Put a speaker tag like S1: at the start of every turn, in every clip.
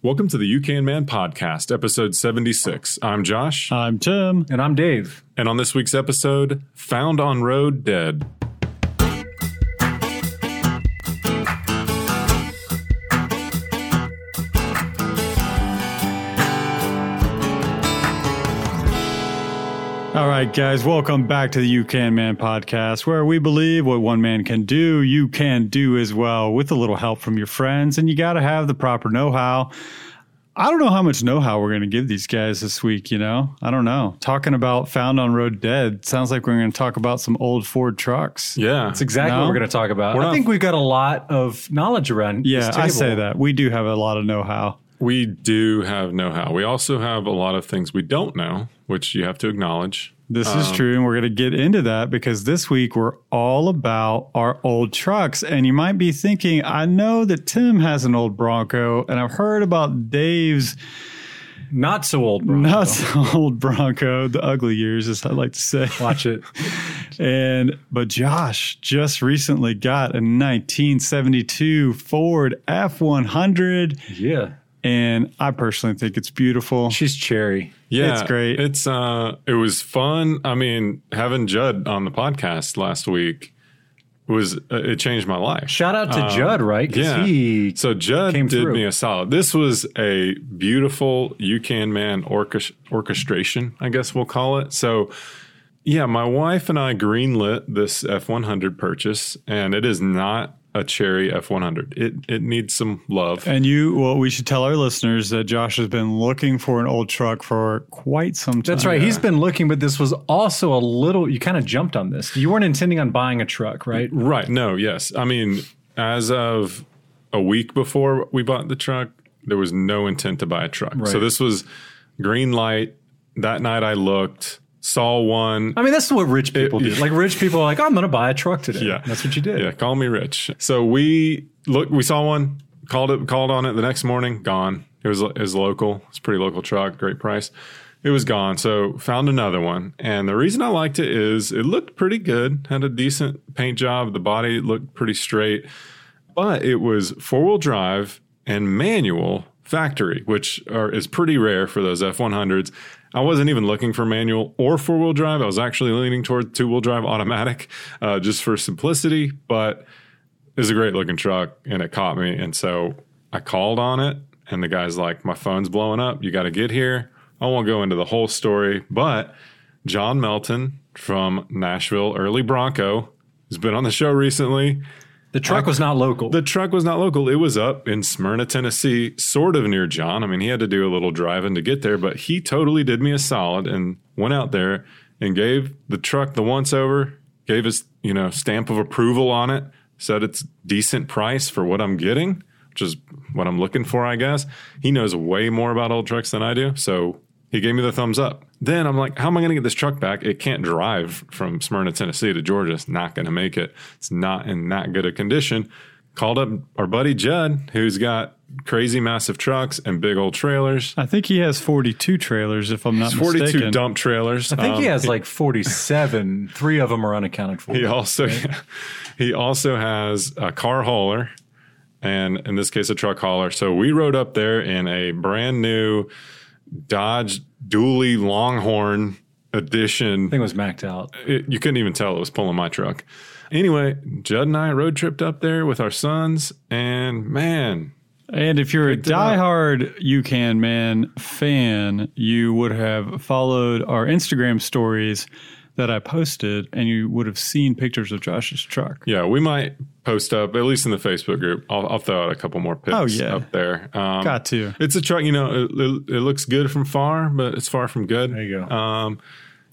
S1: Welcome to the You Can Man podcast, episode 76. I'm Josh,
S2: I'm Tim.
S3: And I'm Dave.
S1: and on this week's episode, Found on Road Dead.
S2: All right, guys, welcome back to the You Can Man podcast, where we believe what one man can do, you can do as well with a little help from your friends, and you got to have the proper know how. I don't know how much know how we're going to give these guys this week, you know? I don't know. Talking about Found on Road Dead sounds like we're going to talk about some old Ford trucks.
S1: Yeah.
S3: That's exactly
S2: No.
S3: what we're going to talk about.
S1: We're
S3: I
S1: not-
S3: think we've got a lot of knowledge around.
S2: Yeah,
S3: this table.
S2: I say that. We do have a lot of know how.
S1: we do have know how. We also have a lot of things we don't know, which you have to acknowledge.
S2: This is
S3: Um,
S2: true, and we're going to get into that because this week we're all about our old trucks. And you might be thinking, I know that Tim has an old Bronco, and I've heard about Dave's
S3: Not so old, bro.
S2: not so old Bronco, the ugly years, as I like to say.
S3: Watch it.
S2: And but Josh just recently got a 1972 Ford F100,
S3: Yeah.
S2: and I personally think it's beautiful.
S3: She's cherry.
S1: Yeah.
S2: It's great.
S1: It's uh it was fun. I mean, having Judd on the podcast last week was uh, it changed my life.
S3: Shout out to Judd, right? 'Cause
S1: Um, yeah.
S3: He,
S1: So Judd
S3: came
S1: did
S3: through.
S1: me a solid. This was a beautiful You Can Man orchest- orchestration, I guess we'll call it. So, yeah, my wife and I greenlit this F100 purchase, and it is not a cherry F100. It it needs some love.
S2: And you, well, we should tell our listeners that Josh has been looking for an old truck for quite some time.
S3: that's right. He's been looking, but this was also a little, you kind of jumped on this. You weren't intending on buying a truck, right?
S1: Right. No, yes. I mean, as of a week before we bought the truck, there was no intent to buy a truck. So
S3: Right.
S1: this was green light. That night I looked, saw one.
S3: I mean, that's what rich people do. Like, rich people are like, "Oh, I'm going to buy a truck today.
S1: Yeah.
S3: That's what you did.
S1: Yeah, call me rich. So we look we saw one, called it called on it the next morning, gone. It was it was local. It's a pretty local truck, great price. It was gone. So found another one. And the reason I liked it is it looked pretty good. Had a decent paint job. The body looked pretty straight. But it was four-wheel drive and manual factory, which are, is pretty rare for those F100s. I wasn't even looking for manual or four wheel drive. I was actually leaning toward two wheel drive automatic uh, just for simplicity, but it's a great looking truck and it caught me. And so I called on it, and the guy's like, My phone's blowing up. You got to get here. I won't go into the whole story, but John Melton from Nashville, early Bronco, has been on the show recently.
S3: The truck was not local.
S1: The truck was not local. It was up in Smyrna, Tennessee, sort of near John. I mean, he had to do a little driving to get there, but he totally did me a solid and went out there and gave the truck the once over, gave his, you know, stamp of approval on it, said it's decent price for what I'm getting, which is what I'm looking for, I guess. He knows way more about old trucks than I do, so he gave me the thumbs up. Then I'm like, how am I going to get this truck back? It can't drive from Smyrna, Tennessee to Georgia. It's not going to make it. It's not in that good a condition. Called up our buddy Judd, who's got crazy massive trucks and big old trailers.
S2: I think he has 42 trailers, if I'm not
S1: 42
S2: mistaken.
S1: dump trailers.
S3: I think he
S1: Um,
S3: has like 47. Three of them are unaccounted for.
S1: He also he also has a car hauler and in this case a truck hauler. So we rode up there in a brand new Dodge Dually Longhorn edition.
S3: Thing was macked out.
S1: It, you couldn't even tell it was pulling my truck. Anyway, Judd and I road tripped up there with our sons, and man,
S2: And if you're a
S1: it up.
S2: diehard You Can Man fan, you would have followed our Instagram stories that I posted, and you would have seen pictures of Josh's truck.
S1: yeah, we might post up at least in the Facebook group. I'll, I'll throw out a couple more pics
S2: Oh, yeah.
S1: up there. Um,
S2: Got to.
S1: It's a truck, you know. It, it, it looks good from far, but it's far from good.
S3: There you go.
S1: Um,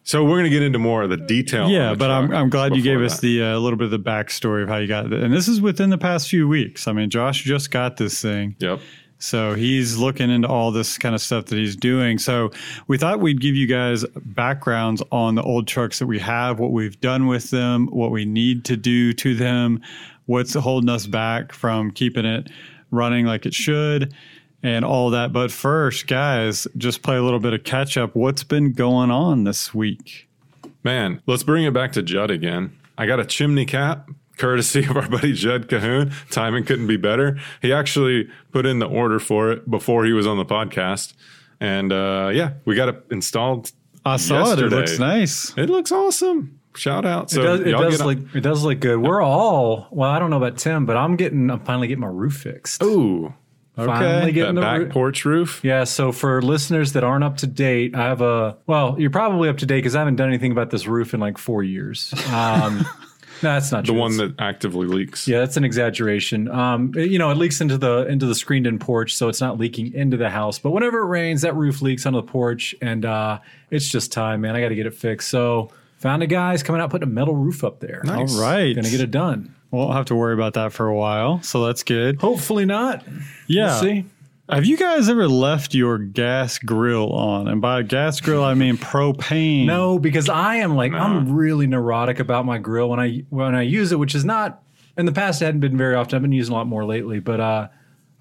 S1: so we're gonna get into more of the detail. on
S2: Yeah,
S1: the
S2: but I'm,
S1: truck
S2: I'm glad you
S1: before
S2: gave us
S1: that.
S2: the uh, little bit of the backstory of how you got it. And this is within the past few weeks. I mean, Josh just got this thing.
S1: Yep.
S2: So he's looking into all this kind of stuff that he's doing. So we thought we'd give you guys backgrounds on the old trucks that we have, what we've done with them, what we need to do to them, what's holding us back from keeping it running like it should. And all that. But first, guys, just play a little bit of catch up. What's been going on this week?
S1: Man, let's bring it back to Judd again. I got a chimney cap courtesy of our buddy Jed Cahoon. Timing couldn't be better. He actually put in the order for it before he was on the podcast. And uh, yeah, we got it installed.
S2: I saw it. It
S1: Yesterday.
S2: looks nice.
S1: It looks awesome. Shout out. So
S3: it does, it
S1: y'all
S3: does
S1: get on-
S3: look it does look good. We're all well. I don't know about Tim, but I'm getting I'm finally getting my roof fixed.
S1: Ooh,
S3: Finally
S1: that
S3: getting the
S1: back
S3: roo-
S1: porch roof.
S3: Yeah, so for listeners that aren't up to date, I have a well, you're probably up to date because I haven't done anything about this roof in like four years. Um, no, that's not
S1: The
S3: true.
S1: one that actively leaks.
S3: yeah, that's an exaggeration. Um, it- you know, it leaks into the into the screened-in porch, so it's not leaking into the house. But whenever it rains, that roof leaks onto the porch, and uh, it's just time, man. I got to get it fixed. So found a guy's coming out putting a metal roof up there.
S1: Nice.
S2: All right.
S3: Gonna get it done.
S2: Won't have to worry about that for a while. So that's good.
S3: Hopefully not.
S2: Yeah.
S3: We'll see.
S2: Have you guys ever left your gas grill on? And by gas grill, I mean propane.
S3: No, because I am like I'm really neurotic about my grill when I when I use it, which is not in the past it hadn't been very often. I've been using a lot more lately, but uh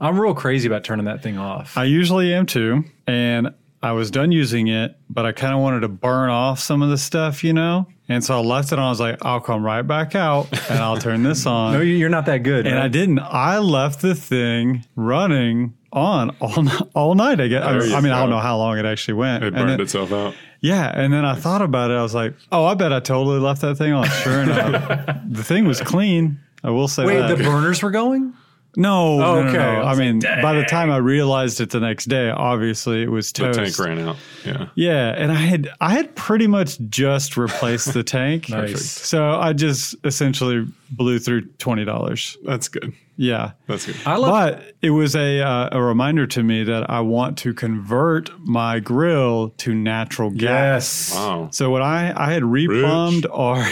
S3: I'm real crazy about turning that thing off.
S2: I usually am too. And I was done using it, but I kind of wanted to burn off some of the stuff, you know? And so I left it on. I was like, I'll come right back out and I'll turn this on.
S3: no, you- you're not that good.
S2: and
S3: right?
S2: I didn't. I left the thing running on all n- all night. I guess. I,
S1: There you
S2: I mean, I don't
S1: go.
S2: know how long it actually went.
S1: It
S2: And
S1: burned
S2: then-
S1: itself out.
S2: Yeah, and then I thought about it. I was like, oh, I bet I totally left that thing on. Sure enough, the thing was clean. I will say
S3: Wait,
S2: that.
S3: the burners were going?
S2: no, no, no,
S3: Okay,
S2: no.
S3: I
S2: I
S3: was
S2: mean, by the time I realized it the next day, obviously it was
S1: The
S2: toast.
S1: tank ran out. Yeah.
S2: Yeah, and I had I had pretty much just replaced the tank.
S3: Nice.
S2: So I just essentially blew through twenty dollars.
S1: That's good.
S2: Yeah.
S1: That's good.
S3: I love
S2: But it was a uh, a reminder to me that I want to convert my grill to natural gas.
S3: Yes.
S1: Wow.
S2: So when I I had replumbed or I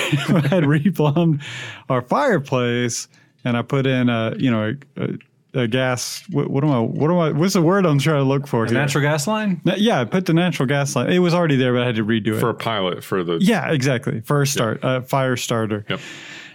S2: had replumbed our fireplace and I put in a you know a, a, a gas what, what am I what am I what's the word I'm trying to look for
S3: the
S2: here?
S3: natural gas line?
S2: Na- yeah, I put the natural gas line. It was already there, but I had to redo it.
S1: For a pilot, for the
S2: yeah, exactly. First start, uh, fire starter.
S1: Yep.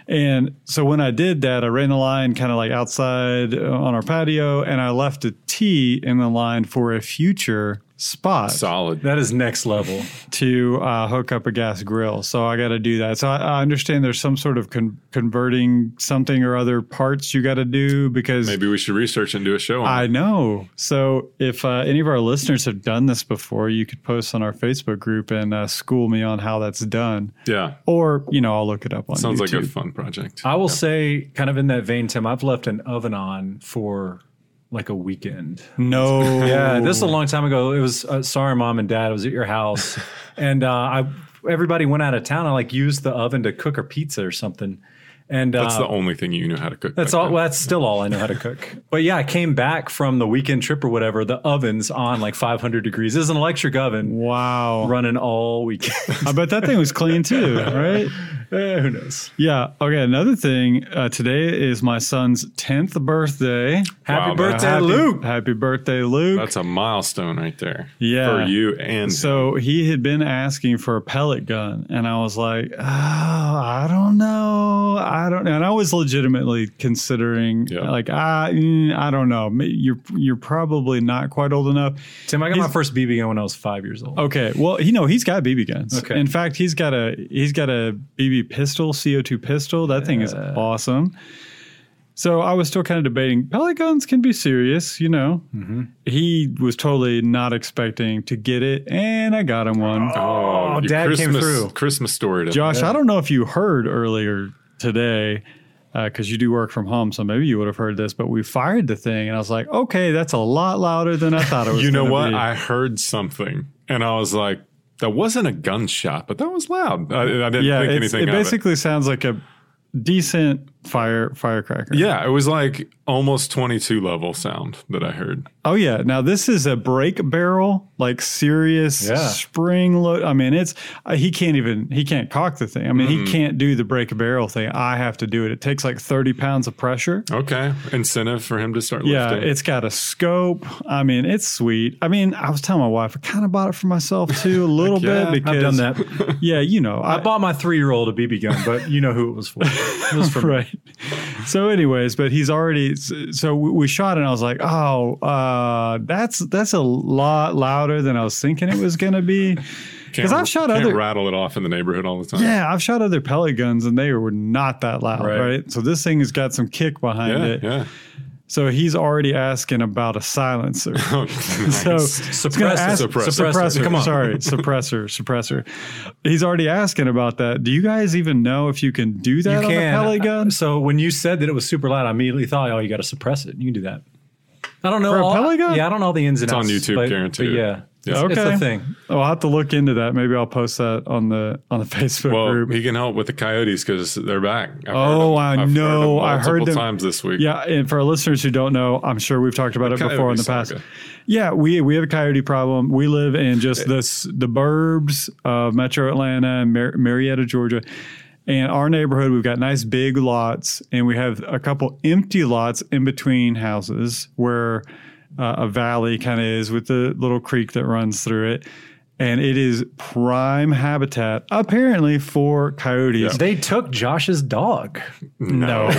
S2: And so when I did that, I ran the line kind of like outside uh, on our patio and I left a T in the line for a future spot
S1: solid.
S3: That is next level.
S2: to uh, hook up a gas grill. So I got to do that. So I, I understand there's some sort of con- converting something or other parts you got to do because
S1: Maybe we should research and do a show on
S2: I
S1: it.
S2: know. So if uh, any of our listeners have done this before, you could post on our Facebook group and uh, school me on how that's done.
S1: Yeah.
S2: Or, you know, I'll look it up on
S1: Sounds
S2: YouTube.
S1: like a fun project.
S3: I will say, kind of in that vein, Tim, I've left an oven on for like a weekend.
S2: no.
S3: Yeah, this is a long time ago. It was uh, sorry, mom and dad. I was at your house, and uh, I everybody went out of town. I like used the oven to cook a pizza or something, and uh,
S1: That's the only thing you knew how to cook.
S3: that's
S1: back
S3: all.
S1: then.
S3: Well, that's still all I know how to cook. But yeah, I came back from the weekend trip or whatever. The oven's on like 500 degrees. This is an electric oven
S2: Wow.
S3: running all weekend.
S2: I bet that thing was clean too, right?
S3: Eh, who knows?
S2: Yeah. Okay. Another thing uh, today is my son's 10th birthday. Uh,
S3: Happy
S1: Wow, man.
S3: birthday,
S2: Happy-
S3: Luke!
S2: Happy birthday, Luke.
S1: That's a milestone right there.
S2: Yeah.
S1: For you and
S2: so he had been asking for a pellet gun, and I was like, oh, I don't know, I don't know, and I was legitimately considering,
S1: Yeah.
S2: like, I, mm, I don't know, Ma- you're you're probably not quite old enough.
S3: Tim, I got my
S2: He's-
S3: first BB gun when I was five years old.
S2: Okay, well, you know, he's got BB guns.
S3: Okay.
S2: in fact, he's got a he's got a BB pistol, CO two pistol. That thing is
S3: Yeah.
S2: awesome. So I was still kind of debating. Pellet guns can be serious, you know. He was totally not expecting to get it, and I got him one.
S1: Oh, your
S3: Dad came
S1: Christmas,
S3: through.
S1: Christmas story. To
S2: Josh, I don't know if you heard earlier today because you do work from home, so maybe you would have heard this. But we fired the thing, and I was like, okay, that's a lot louder than I thought it was.
S1: You know
S2: gonna
S1: what?
S2: be.
S1: I heard something, and I was like, "That wasn't a gunshot, but that was loud." I, I didn't
S2: yeah,
S1: think
S2: it's-
S1: anything.
S2: it
S1: of
S2: basically sounds like a decent fire firecracker.
S1: it. Yeah, it was like almost twenty-two level sound that I heard.
S2: Oh yeah. Now this is a brake barrel, like serious
S3: Yeah.
S2: spring load. I mean, it's uh, he can't even he can't cock the thing. I mean,
S1: Mm-hmm.
S2: he can't do the brake barrel thing. I have to do it. It takes like thirty pounds of pressure.
S1: Okay, incentive for him to start
S2: Yeah,
S1: lifting.
S2: it's got a scope. I mean, it's sweet. I mean, I was telling my wife I kind of bought it for myself too, a little
S1: yeah,
S2: bit
S1: I've
S2: because
S3: I've done that.
S2: Yeah, you know, I,
S3: I bought my three-year-old a BB gun, but you know who it was for. It was for me.
S2: right. So, anyways, but he's already. So we we shot, and I was like, "Oh, uh, that's that's a lot louder than I was thinking it was going to be."
S1: Because
S2: I've shot other-
S1: rattle it off in the neighborhood all the time.
S2: Yeah, I've shot other pellet guns and they were not that loud, right?
S3: Right.
S2: So this thing has got some kick behind
S1: yeah,
S2: it.
S1: yeah.
S2: So he's already asking about a silencer.
S1: Oh,
S2: So
S1: nice.
S2: it's gonna
S3: Suppressor.
S2: ask-
S1: Suppressor.
S2: suppressor.
S3: Come on.
S2: Sorry, suppressor, suppressor. He's already asking about that. Do you guys even know if you can do that
S3: You
S2: on
S3: can.
S2: a pellet gun?
S3: So when you said that it was super loud, I immediately thought, oh, you got to suppress it. You can do that. I don't know.
S2: For a
S3: all-
S2: pellet gun?
S3: Yeah, I don't know all the ins and
S1: It's on
S3: outs.
S1: YouTube,
S3: but,
S1: guaranteed.
S3: But yeah. It's,
S2: Okay.
S3: it's a thing.
S2: I'll have to look into that. Maybe I'll post that on the on the Facebook
S1: Well,
S2: group.
S1: he can help with the coyotes because they're back. I've heard
S2: Oh,
S1: them-
S2: I
S1: I've heard
S2: know.
S1: them
S2: I heard
S1: multiple
S2: them-
S1: times this week.
S2: Yeah, and for our listeners who don't know, I'm sure we've talked about it before in the
S1: coyote
S2: past.
S1: saga.
S2: Yeah, we we have a coyote problem. We live in just this the burbs of Metro Atlanta, Mar- Marietta, Georgia. And our neighborhood, we've got nice big lots, and we have a couple empty lots in between houses where uh, a valley kind of is with the little creek that runs through it. And it is prime habitat, apparently, for coyotes.
S3: They took Josh's dog.
S2: No.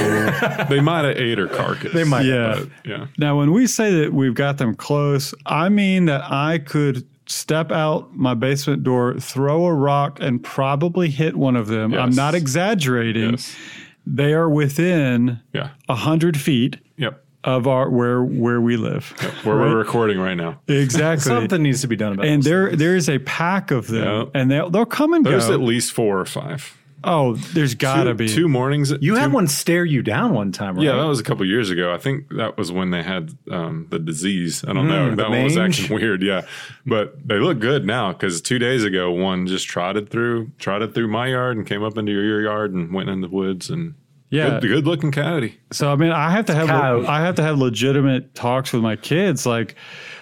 S1: they might have ate her carcass. They
S3: might.
S2: yeah.
S1: Yeah.
S2: Now, when we say that we've got them close, I mean that I could step out my basement door, throw a rock, and probably hit one of them. I'm
S1: Yes.
S2: not exaggerating.
S1: Yes.
S2: They are within
S1: Yeah.
S2: a hundred feet
S1: Yep.
S2: of our where where we live.
S1: Where we're recording right now.
S2: Exactly.
S3: Something needs to be done about
S2: And
S3: this.
S2: there, there is a pack of them,
S1: Yeah.
S2: and they'll, they'll come and
S1: There's
S2: go.
S1: at least four or five.
S2: oh, there's gotta
S1: two,
S2: be.
S1: two mornings.
S3: You
S1: two,
S3: had one stare you down one time, right?
S1: Yeah, that was a couple years ago. I think that was when they had um, the disease.
S2: Hmm,
S1: I don't know.
S3: the
S1: That one was
S3: mange?
S1: acting weird. Yeah, but they look good now because two days ago one just trotted through, trotted through my yard and came up into your yard and went in the woods and
S2: Yeah.
S1: good, good looking coyote.
S2: So I mean, I have to have
S3: coyote.
S2: I have to have legitimate talks with my kids. Like,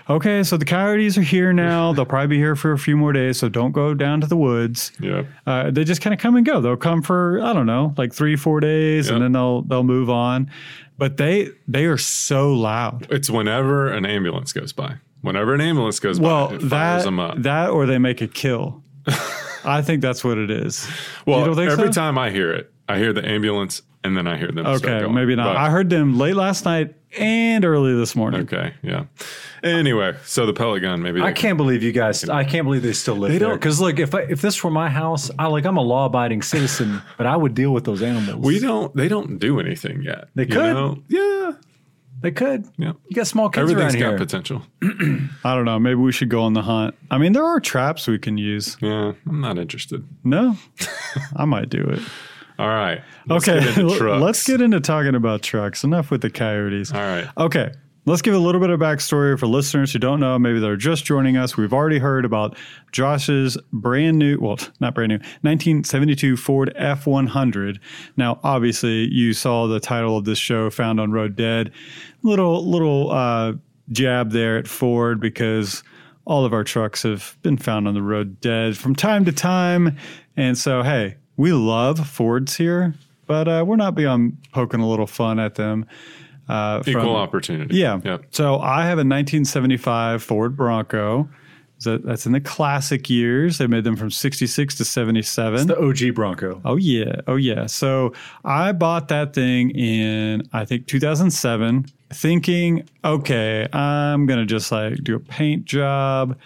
S2: okay, so the coyotes are here now. They'll probably be here for a few more days. So don't go down to the woods.
S1: Yeah,
S2: Uh, they just kind of come and go. They'll come for I don't know, like three four days, and
S1: Yeah.
S2: then they'll they'll move on. But they they are so loud.
S1: it's whenever an ambulance goes by. Whenever an ambulance goes
S2: Well,
S1: by, Oh, it fires
S2: that
S1: them up.
S2: that or they make a kill. I think that's what it is.
S1: well,
S2: don't think
S1: every
S2: so?
S1: time I hear it, I hear the ambulance and then I hear them. start
S2: Okay,
S1: going.
S2: maybe not.
S1: But-
S2: I heard them late last night and early this morning.
S1: okay, yeah. Anyway, so the pellet gun. Maybe
S3: I
S1: they-
S3: can't believe you guys. I can't believe they still live
S1: They
S3: there.
S1: don't-
S3: Because look, if I, if this were my house, I like I'm a law abiding citizen, but I would deal with those animals.
S1: We don't. They don't do anything yet.
S3: They
S1: you
S3: could.
S1: know? Yeah.
S3: they could.
S1: Yeah.
S3: You got small kids around
S1: Everything's got
S3: here.
S1: potential.
S2: I don't know. Maybe we should go on the hunt. I mean, there are traps we can use.
S1: Yeah, I'm not interested.
S2: No, I might do it.
S1: All right.
S2: Okay,
S1: Get into trucks.
S2: let's get into talking about trucks. Enough with the coyotes.
S1: All right.
S2: Okay, let's give a little bit of backstory for listeners who don't know. Maybe they're just joining us. We've already heard about Josh's brand new, well, not brand new, 1972 Ford F100. Now, obviously, you saw the title of this show found on Road Dead. Little little uh, jab there at Ford because all of our trucks have been found on the road dead from time to time, and so hey, we love Fords here. But uh, we're not beyond poking a little fun at them. Uh,
S1: Equal
S2: from-
S1: opportunity.
S2: yeah.
S1: Yep.
S2: So I have a 1975 Ford Bronco. So that's in the classic years. They made them from 66 to 77.
S3: The OG Bronco.
S2: oh, yeah. Oh, yeah. So I bought that thing in, I think, 2007, thinking, okay, I'm going to just like do a paint job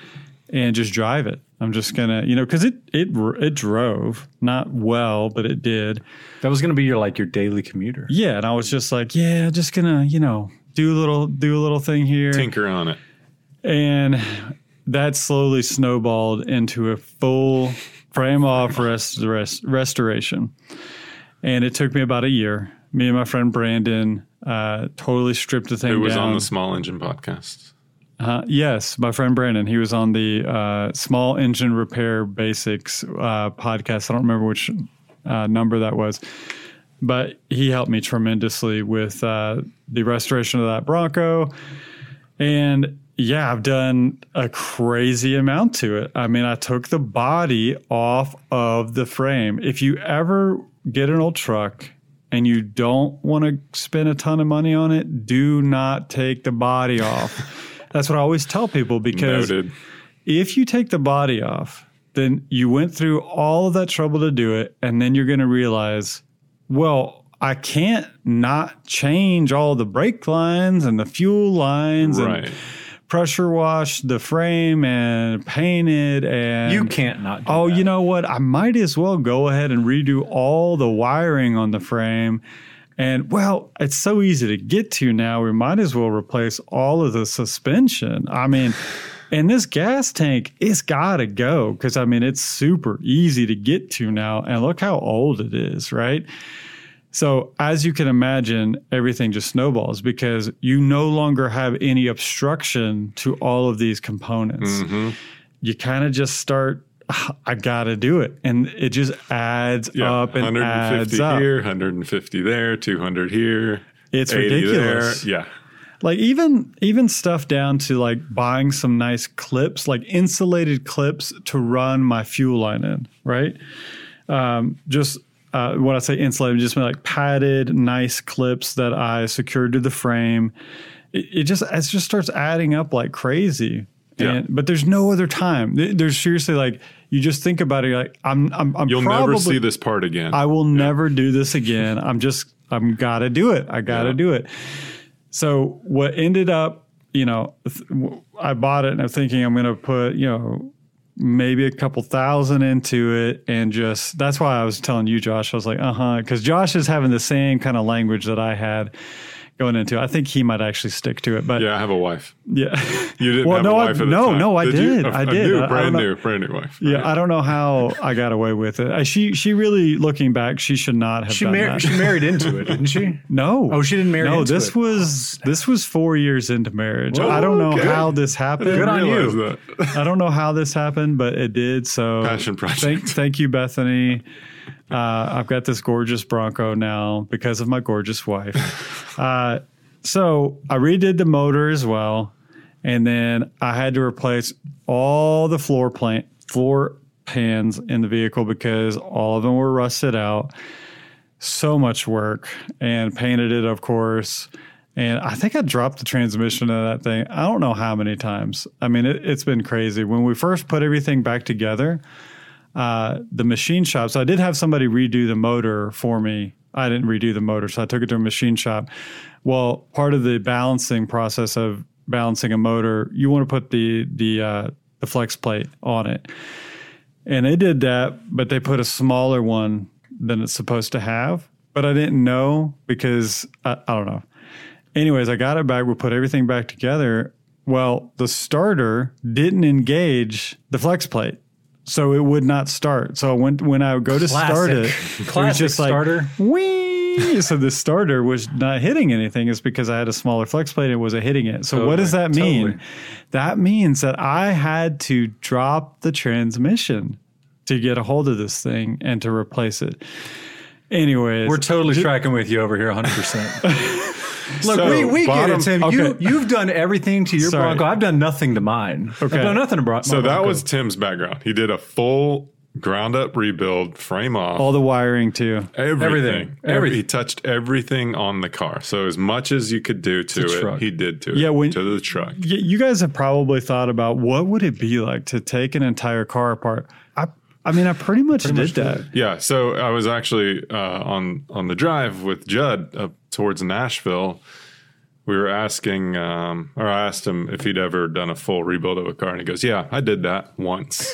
S2: and just drive it. I'm just going to, you know, because it, it, it drove not well, but it did.
S3: That was going to be your like your daily commuter.
S2: Yeah. And I was just like, yeah, just going to, you know, do a little, do a little thing here.
S1: Tinker on it.
S2: And that slowly snowballed into a full frame off rest, rest, restoration. And it took me about a year. Me and my friend Brandon uh, totally stripped the thing
S1: It was
S2: down.
S1: on the Small Engine podcast.
S2: Uh, yes, my friend Brandon. He was on the uh, Small Engine Repair Basics uh, podcast. I don't remember which uh, number that was, but he helped me tremendously with uh, the restoration of that Bronco. And yeah, I've done a crazy amount to it. I mean, I took the body off of the frame. If you ever get an old truck and you don't want to spend a ton of money on it, do not take the body off. That's what I always tell people because
S1: Noted.
S2: if you take the body off, then you went through all of that trouble to do it, and then you're going to realize, well, I can't not change all the brake lines and the fuel lines
S1: Right.
S2: and pressure washed the frame and painted and
S3: You can't not. Do
S2: Oh,
S3: that.
S2: you know what? I might as well go ahead and redo all the wiring on the frame. And well, it's so easy to get to now. We might as well replace all of the suspension. I mean, and this gas tank, it's got to go because I mean, it's super easy to get to now. And look how old it is, right? So, as you can imagine, everything just snowballs because you no longer have any obstruction to all of these components
S1: Mm-hmm.
S2: you kind of just start "Ah, I got to do it and it just adds up and adds
S1: 150
S2: up.
S1: here, 150 there, 200 here.
S2: It's
S1: 80 there.
S2: ridiculous.
S1: Yeah.
S2: Like even even stuff down to like buying some nice clips, like insulated clips to run my fuel line in, right? Um, just uh, when I say insulated, just mean like padded, nice clips that I secured to the frame. It, it just it just starts adding up like crazy.
S1: Yeah.
S2: And, but there's no other time. There- There's seriously like you just think about it. You're like I'm, I'm, I'm
S1: You'll
S2: probably,
S1: never see this part again.
S2: I will never do this again. I'm just, I'm gotta do it. I gotta
S1: Yeah.
S2: do it. So what ended up, you know, th- w- I bought it and I'm thinking I'm gonna put, you know, maybe a couple thousand into it and just that's why I was telling you, Josh. I was like, uh huh, because Josh is having the same kind of language that I had going into. it. I think he might actually stick to it, but
S1: yeah, I have a wife.
S2: yeah.
S1: You didn't
S2: Well,
S1: have
S2: no,
S1: a
S2: I-
S1: wife at the
S2: no,
S1: time.
S2: no, I
S1: you?
S2: did.
S1: A-
S2: I
S1: a
S2: did.
S1: new,
S2: I- I
S1: brand
S2: don't know-
S1: new, brand new wife.
S2: Yeah, I don't know how I got away with it. Uh, She she really looking back, she should not have
S3: she
S2: done
S3: married.
S2: that.
S3: She married into it, didn't she?
S2: No.
S3: Oh, she didn't marry
S2: No,
S3: into
S2: this
S3: it.
S2: was this was four years into marriage.
S1: Whoa,
S2: I don't know
S1: okay.
S2: how this happened.
S3: Good on you.
S1: That.
S2: I don't know how this happened, but it did. So
S1: Passion project.
S2: Thank, thank you, Bethany. Uh, I've got this gorgeous Bronco now because of my gorgeous wife. Uh, so I redid the motor as well, and then I had to replace all the floor plant floor pans in the vehicle because all of them were rusted out. So much work and painted it, of course. And I think I dropped the transmission of that thing. I don't know how many times. I mean, it, it's been crazy. When we first put everything back together, uh, the machine shop. So I did have somebody redo the motor for me. I didn't redo the motor, so I took it to a machine shop. Well, part of the balancing process of balancing a motor, you want to put the the uh, the flex plate on it, and they did that, but they put a smaller one than it's supposed to have. But I didn't know because I, I don't know. Anyways, I got it back. We put everything back together. Well, the starter didn't engage the flex plate. So it would not start. So when when I would go to start it,
S3: Classic.
S2: it was
S3: Classic
S2: just like
S3: starter.
S2: Whee! So the starter was not hitting anything. It's because I had a smaller flex plate. It wasn't hitting it. So what does that mean?
S3: Totally.
S2: That means that I had to drop the transmission to get a hold of this thing and to replace it. Anyways,
S3: We're totally tracking with you over here, 100%. Look,
S1: So,
S3: we, we
S1: bottom-
S3: get it, Tim. You,
S2: okay.
S3: you've done everything to your
S2: Sorry.
S3: Bronco. I've done nothing to mine.
S2: Okay.
S3: I've done nothing to Bron-
S1: So
S3: my
S1: that
S3: Bronco.
S1: was Tim's background. He did a full ground up rebuild, frame off,
S2: all the wiring too.
S1: everything.
S3: everything,
S1: Every-
S3: everything.
S1: he touched everything on the car. So as much as you could do to, it,
S3: truck.
S1: he did to it.
S2: Yeah, when-
S1: to the truck.
S2: Y- you guys have probably thought about what would it be like to take an entire car apart. I, I mean, I pretty much did that.
S1: Yeah, so I was actually uh, on on the drive with Judd up towards Nashville. We were asking, um, or I asked him if he'd ever done a full rebuild of a car, and he goes, "Yeah, I did that once.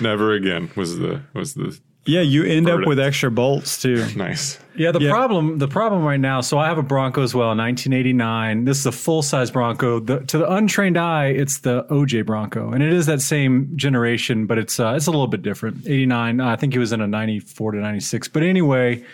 S1: Never again." Was the was the
S2: Yeah, you end up
S1: Verdict.
S2: with extra bolts too.
S1: nice?
S3: Yeah, the problem the problem right now. So I have a Bronco as well, 1989. This is a full size Bronco. The, to the untrained eye, it's the OJ Bronco, and it is that same generation, but it's uh, it's a little bit different. 89, I think he was in a 94 to 96. But anyway,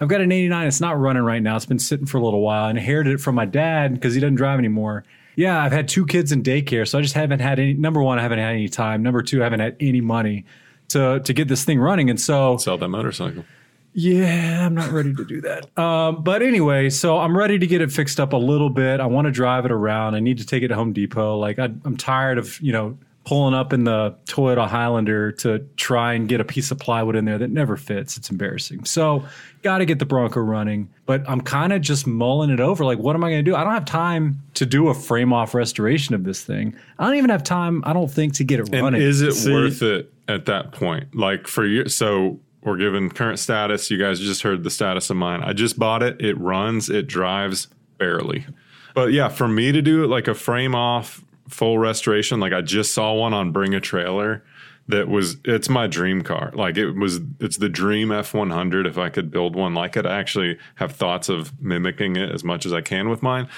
S3: I've got an 89. It's not running right now. It's been sitting for a little while. I inherited it from my dad because he doesn't drive anymore. Yeah, I've had two kids in daycare, so I just haven't had any. Number one, I haven't had any time. Number two, I haven't had any money to to get this thing running, and so
S1: Sell that motorcycle.
S3: yeah, I'm not ready to do that. Um, but anyway, so I'm ready to get it fixed up a little bit. I want to drive it around. I need to take it to Home Depot. Like I, I'm tired of you know pulling up in the Toyota Highlander to try and get a piece of plywood in there that never fits. It's embarrassing. So got to get the Bronco running. But I'm kind of just mulling it over. Like, what am I going to do? I don't have time to do a frame off restoration of this thing. I don't even have time. I don't think to get it
S1: And
S3: running.
S1: is it worth it at that point? Like for you, so we're given current status. You guys just heard the status of mine. I just bought it. It runs. It drives barely. But yeah, for me to do it like a frame off full restoration, like I just saw one on Bring a Trailer that was it's my dream car. Like it was it's the dream F100 if I could build one like it. I actually have thoughts of mimicking it as much as I can with mine.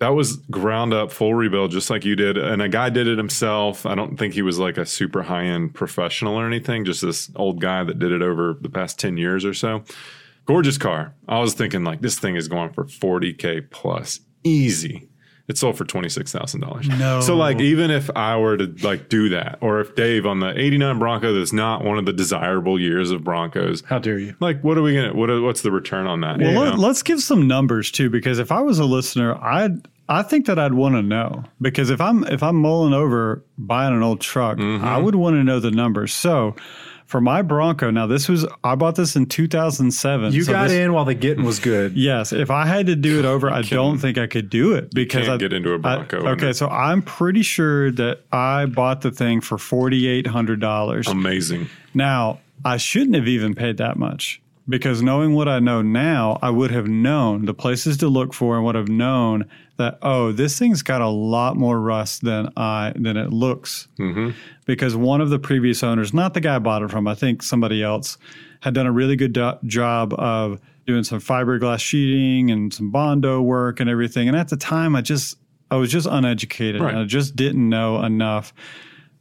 S1: That was ground up full rebuild just like you did and a guy did it himself. I don't think he was like a super high-end professional or anything, just this old guy that did it over the past 10 years or so. Gorgeous car. I was thinking like this thing is going for 40k plus easy. It sold for twenty six thousand dollars.
S2: No.
S1: So like even if I were to like do that, or if Dave on the eighty nine Bronco that's not one of the desirable years of Broncos,
S3: How dare you?
S1: like what are we gonna what are, what's the return on that?
S2: Well,
S1: you
S2: let,
S1: know?
S2: let's give some numbers too, because if I was a listener, I'd I think that I'd want to know because if I'm if I'm mulling over buying an old truck,
S1: Mm-hmm.
S2: I would want to know the numbers. So, for my Bronco, now this was I bought this in 2007.
S3: You
S2: so
S3: got
S2: this-
S3: in while the getting was good.
S2: Yes, if I had to do it over, I don't think I could do it because
S1: can't
S2: I
S1: get into a Bronco
S2: I-
S1: and
S2: okay,
S1: it-
S2: so I'm pretty sure that I bought the thing for forty eight hundred dollars.
S1: amazing.
S2: Now, I shouldn't have even paid that much because knowing what I know now, I would have known the places to look for and would have known that oh, this thing's got a lot more rust than I than it looks. Mm-hmm. Because one of the previous owners, not the guy I bought it from, I think somebody else, had done a really good do- job of doing some fiberglass sheeting and some bondo work and everything. And at the time, I just I was just uneducated.
S1: Right.
S2: I just didn't know enough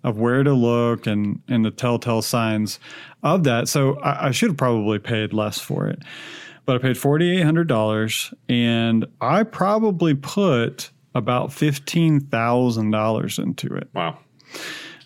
S2: of where to look and and the telltale signs of that. So I, I should have probably paid less for it, but I paid forty eight hundred dollars, and I probably put about fifteen thousand dollars into it.
S1: Wow.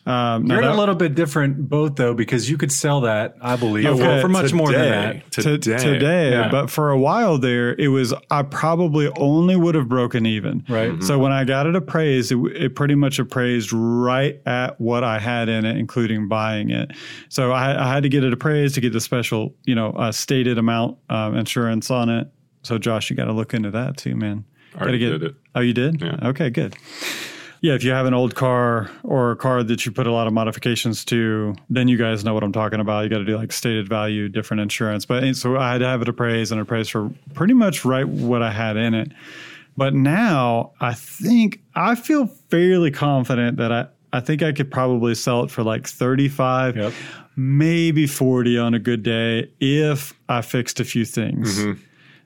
S2: Um, now
S3: You're in
S2: that-
S3: a little bit different boat though, because you could sell that, I believe, for, for much more than that.
S2: to-
S1: Today,
S2: today,
S1: Yeah.
S2: but for a while there, it was I probably only would have broken even.
S3: Right. Mhm.
S2: So when I got it appraised, it, w- it pretty much appraised right at what I had in it, including buying it. So I, I had to get it appraised to get the special, you know, uh, stated amount um, insurance on it. So Josh, you got to look into that too, man.
S1: already
S2: Gotta
S1: did it.
S2: Oh, you did?
S1: Yeah.
S2: Okay, good. Yeah, if you have an old car or a car that you put a lot of modifications to, then you guys know what I'm talking about. You got to do like stated value, different insurance. But and so I had to have it appraised and appraised for pretty much right what I had in it. But now I think I feel fairly confident that I, I think I could probably sell it for like 35,
S3: Yep.
S2: maybe 40 on a good day if I fixed a few things.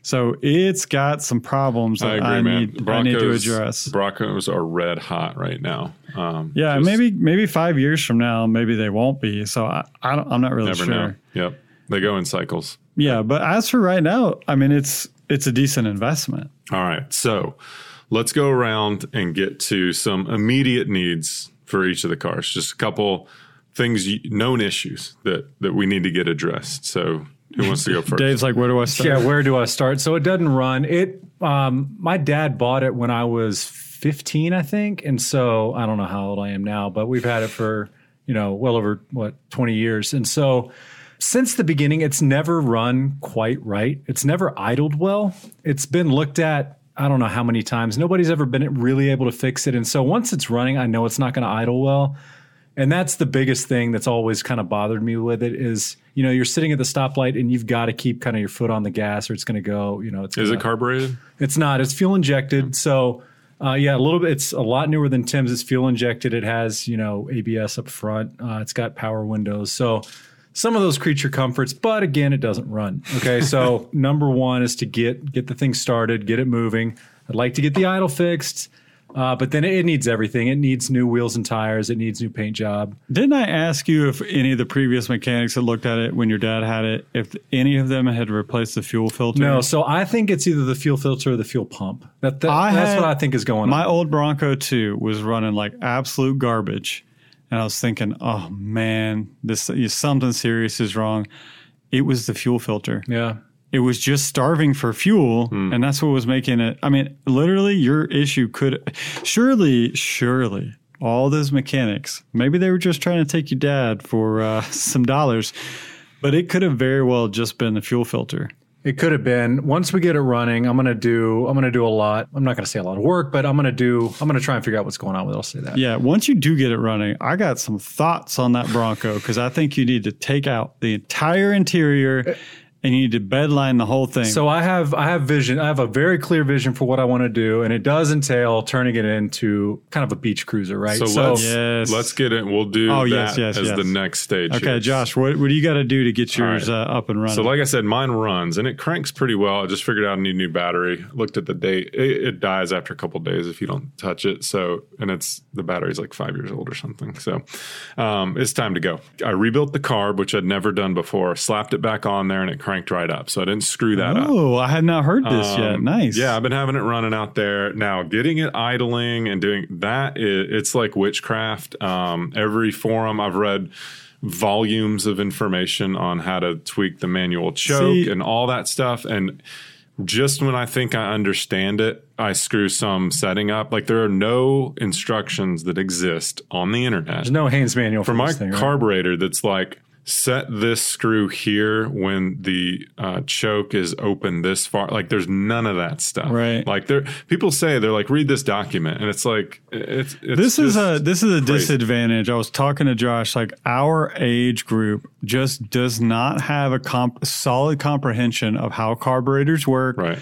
S2: So it's got some problems
S1: Mm-hmm. I agree,
S2: that I,
S1: man.
S2: need, I need to address.
S1: Broncos are red hot right now. Um,
S2: Yeah,
S1: just
S2: maybe maybe five years from now, maybe they won't be. So I, I don't, I'm not really
S1: Never
S2: sure.
S1: know. Yep. They go in cycles.
S2: Yeah, but as for right now, I mean, it's it's a decent investment.
S1: All right. So let's go around and get to some immediate needs for each of the cars. Just a couple things, you- known issues that, that we need to get addressed. So who wants to go first?
S2: Dave's like, where do I start?
S3: Yeah, where do I start? So it doesn't run. It um my dad bought it when I was 15, I think. And so I don't know how old I am now, but we've had it for, you know, well over what, 20 years. And so since the beginning, it's never run quite right. It's never idled well. It's been looked at I don't know how many times. Nobody's ever been really able to fix it. And so once it's running, I know it's not going to idle well. And that's the biggest thing that's always kind of bothered me with it is, you know, you're sitting at the stoplight and you've got to keep kind of your foot on the gas or it's going to go, you know, it's
S1: Is
S3: gonna,
S1: it carbureted?
S3: It's not. It's fuel injected. So, uh, yeah, a little bit. It's a lot newer than Tim's. It's fuel injected. It has, you know, ABS up front. Uh, it's got power windows. So, some of those creature comforts, but again, it doesn't run. Okay, so number one is to get get the thing started, get it moving. I'd like to get the idle fixed, uh, but then it, it needs everything. It needs new wheels and tires. It needs new paint job.
S2: Didn't I ask you if any of the previous mechanics that looked at it when your dad had it, if any of them had replaced the fuel filter?
S3: No, so I think it's either the fuel filter or the fuel pump. That, that
S2: I
S3: that's
S2: had-
S3: what I think is going
S2: My
S3: on.
S2: old Bronco 2 was running like absolute garbage. And I was thinking, oh man, this something serious is wrong. It was the fuel filter.
S3: Yeah,
S2: it was just starving for fuel
S1: Hmm.
S2: and that's what was making it i mean literally your issue could surely surely all those mechanics maybe they were just trying to take your dad for uh, some dollars but it could have very well just been the fuel filter
S3: It could have been. Once we get it running, I'm gonna do. I'm gonna do a lot. I'm not gonna say a lot of work, but I'm gonna do. I'm gonna try and figure out what's going on with it. I'll say that.
S2: yeah once you do get it running i got
S1: Eh.
S2: some thoughts on that bronco because i think you need to take out the entire interior and you need to bedline the whole thing.
S3: So I have I have vision. I have a very clear vision for what I want to do, and it does entail turning it into kind of a beach cruiser, right?
S1: So, let's
S2: Yes.
S1: let's get it. We'll do
S2: Oh,
S1: that
S2: yes, yes,
S1: as
S2: yes.
S1: the next stage.
S2: okay,
S1: here.
S2: Josh, what, what do you got to do to get yours
S1: All
S2: uh, up and running?
S1: So like I said, mine runs and it cranks pretty well. I just figured out I need a new battery. Looked at the date; it, it dies after a couple days if you don't touch it. So, and it's the battery's like five years old or something. So, um, it's time to go. I rebuilt the carb, which I'd never done before. Slapped it back on there, and it cranked right up. So I didn't screw that up.
S2: oh, I had not heard this yet.
S1: Um,
S2: Nice.
S1: Yeah, I've been having it running out there now. Getting it idling and doing that, is, it's like witchcraft. Um, every forum I've read volumes of information on how to tweak the manual choke
S2: See-
S1: and all that stuff. And just when I think I understand it, I screw some setting up. Like there are no instructions that exist on the internet
S3: There's no Haynes manual for,
S1: for my
S3: this thing, right?
S1: carburetor that's like set this screw here when the uh, choke is open this far like there's none of that stuff
S2: Right.
S1: like there people say they're like read this document and it's like it's, it's
S2: this is a
S1: just-
S2: this is a
S1: crazy.
S2: disadvantage. I was talking to Josh. Like our age group just does not have a comp- solid comprehension of how carburetors work.
S1: right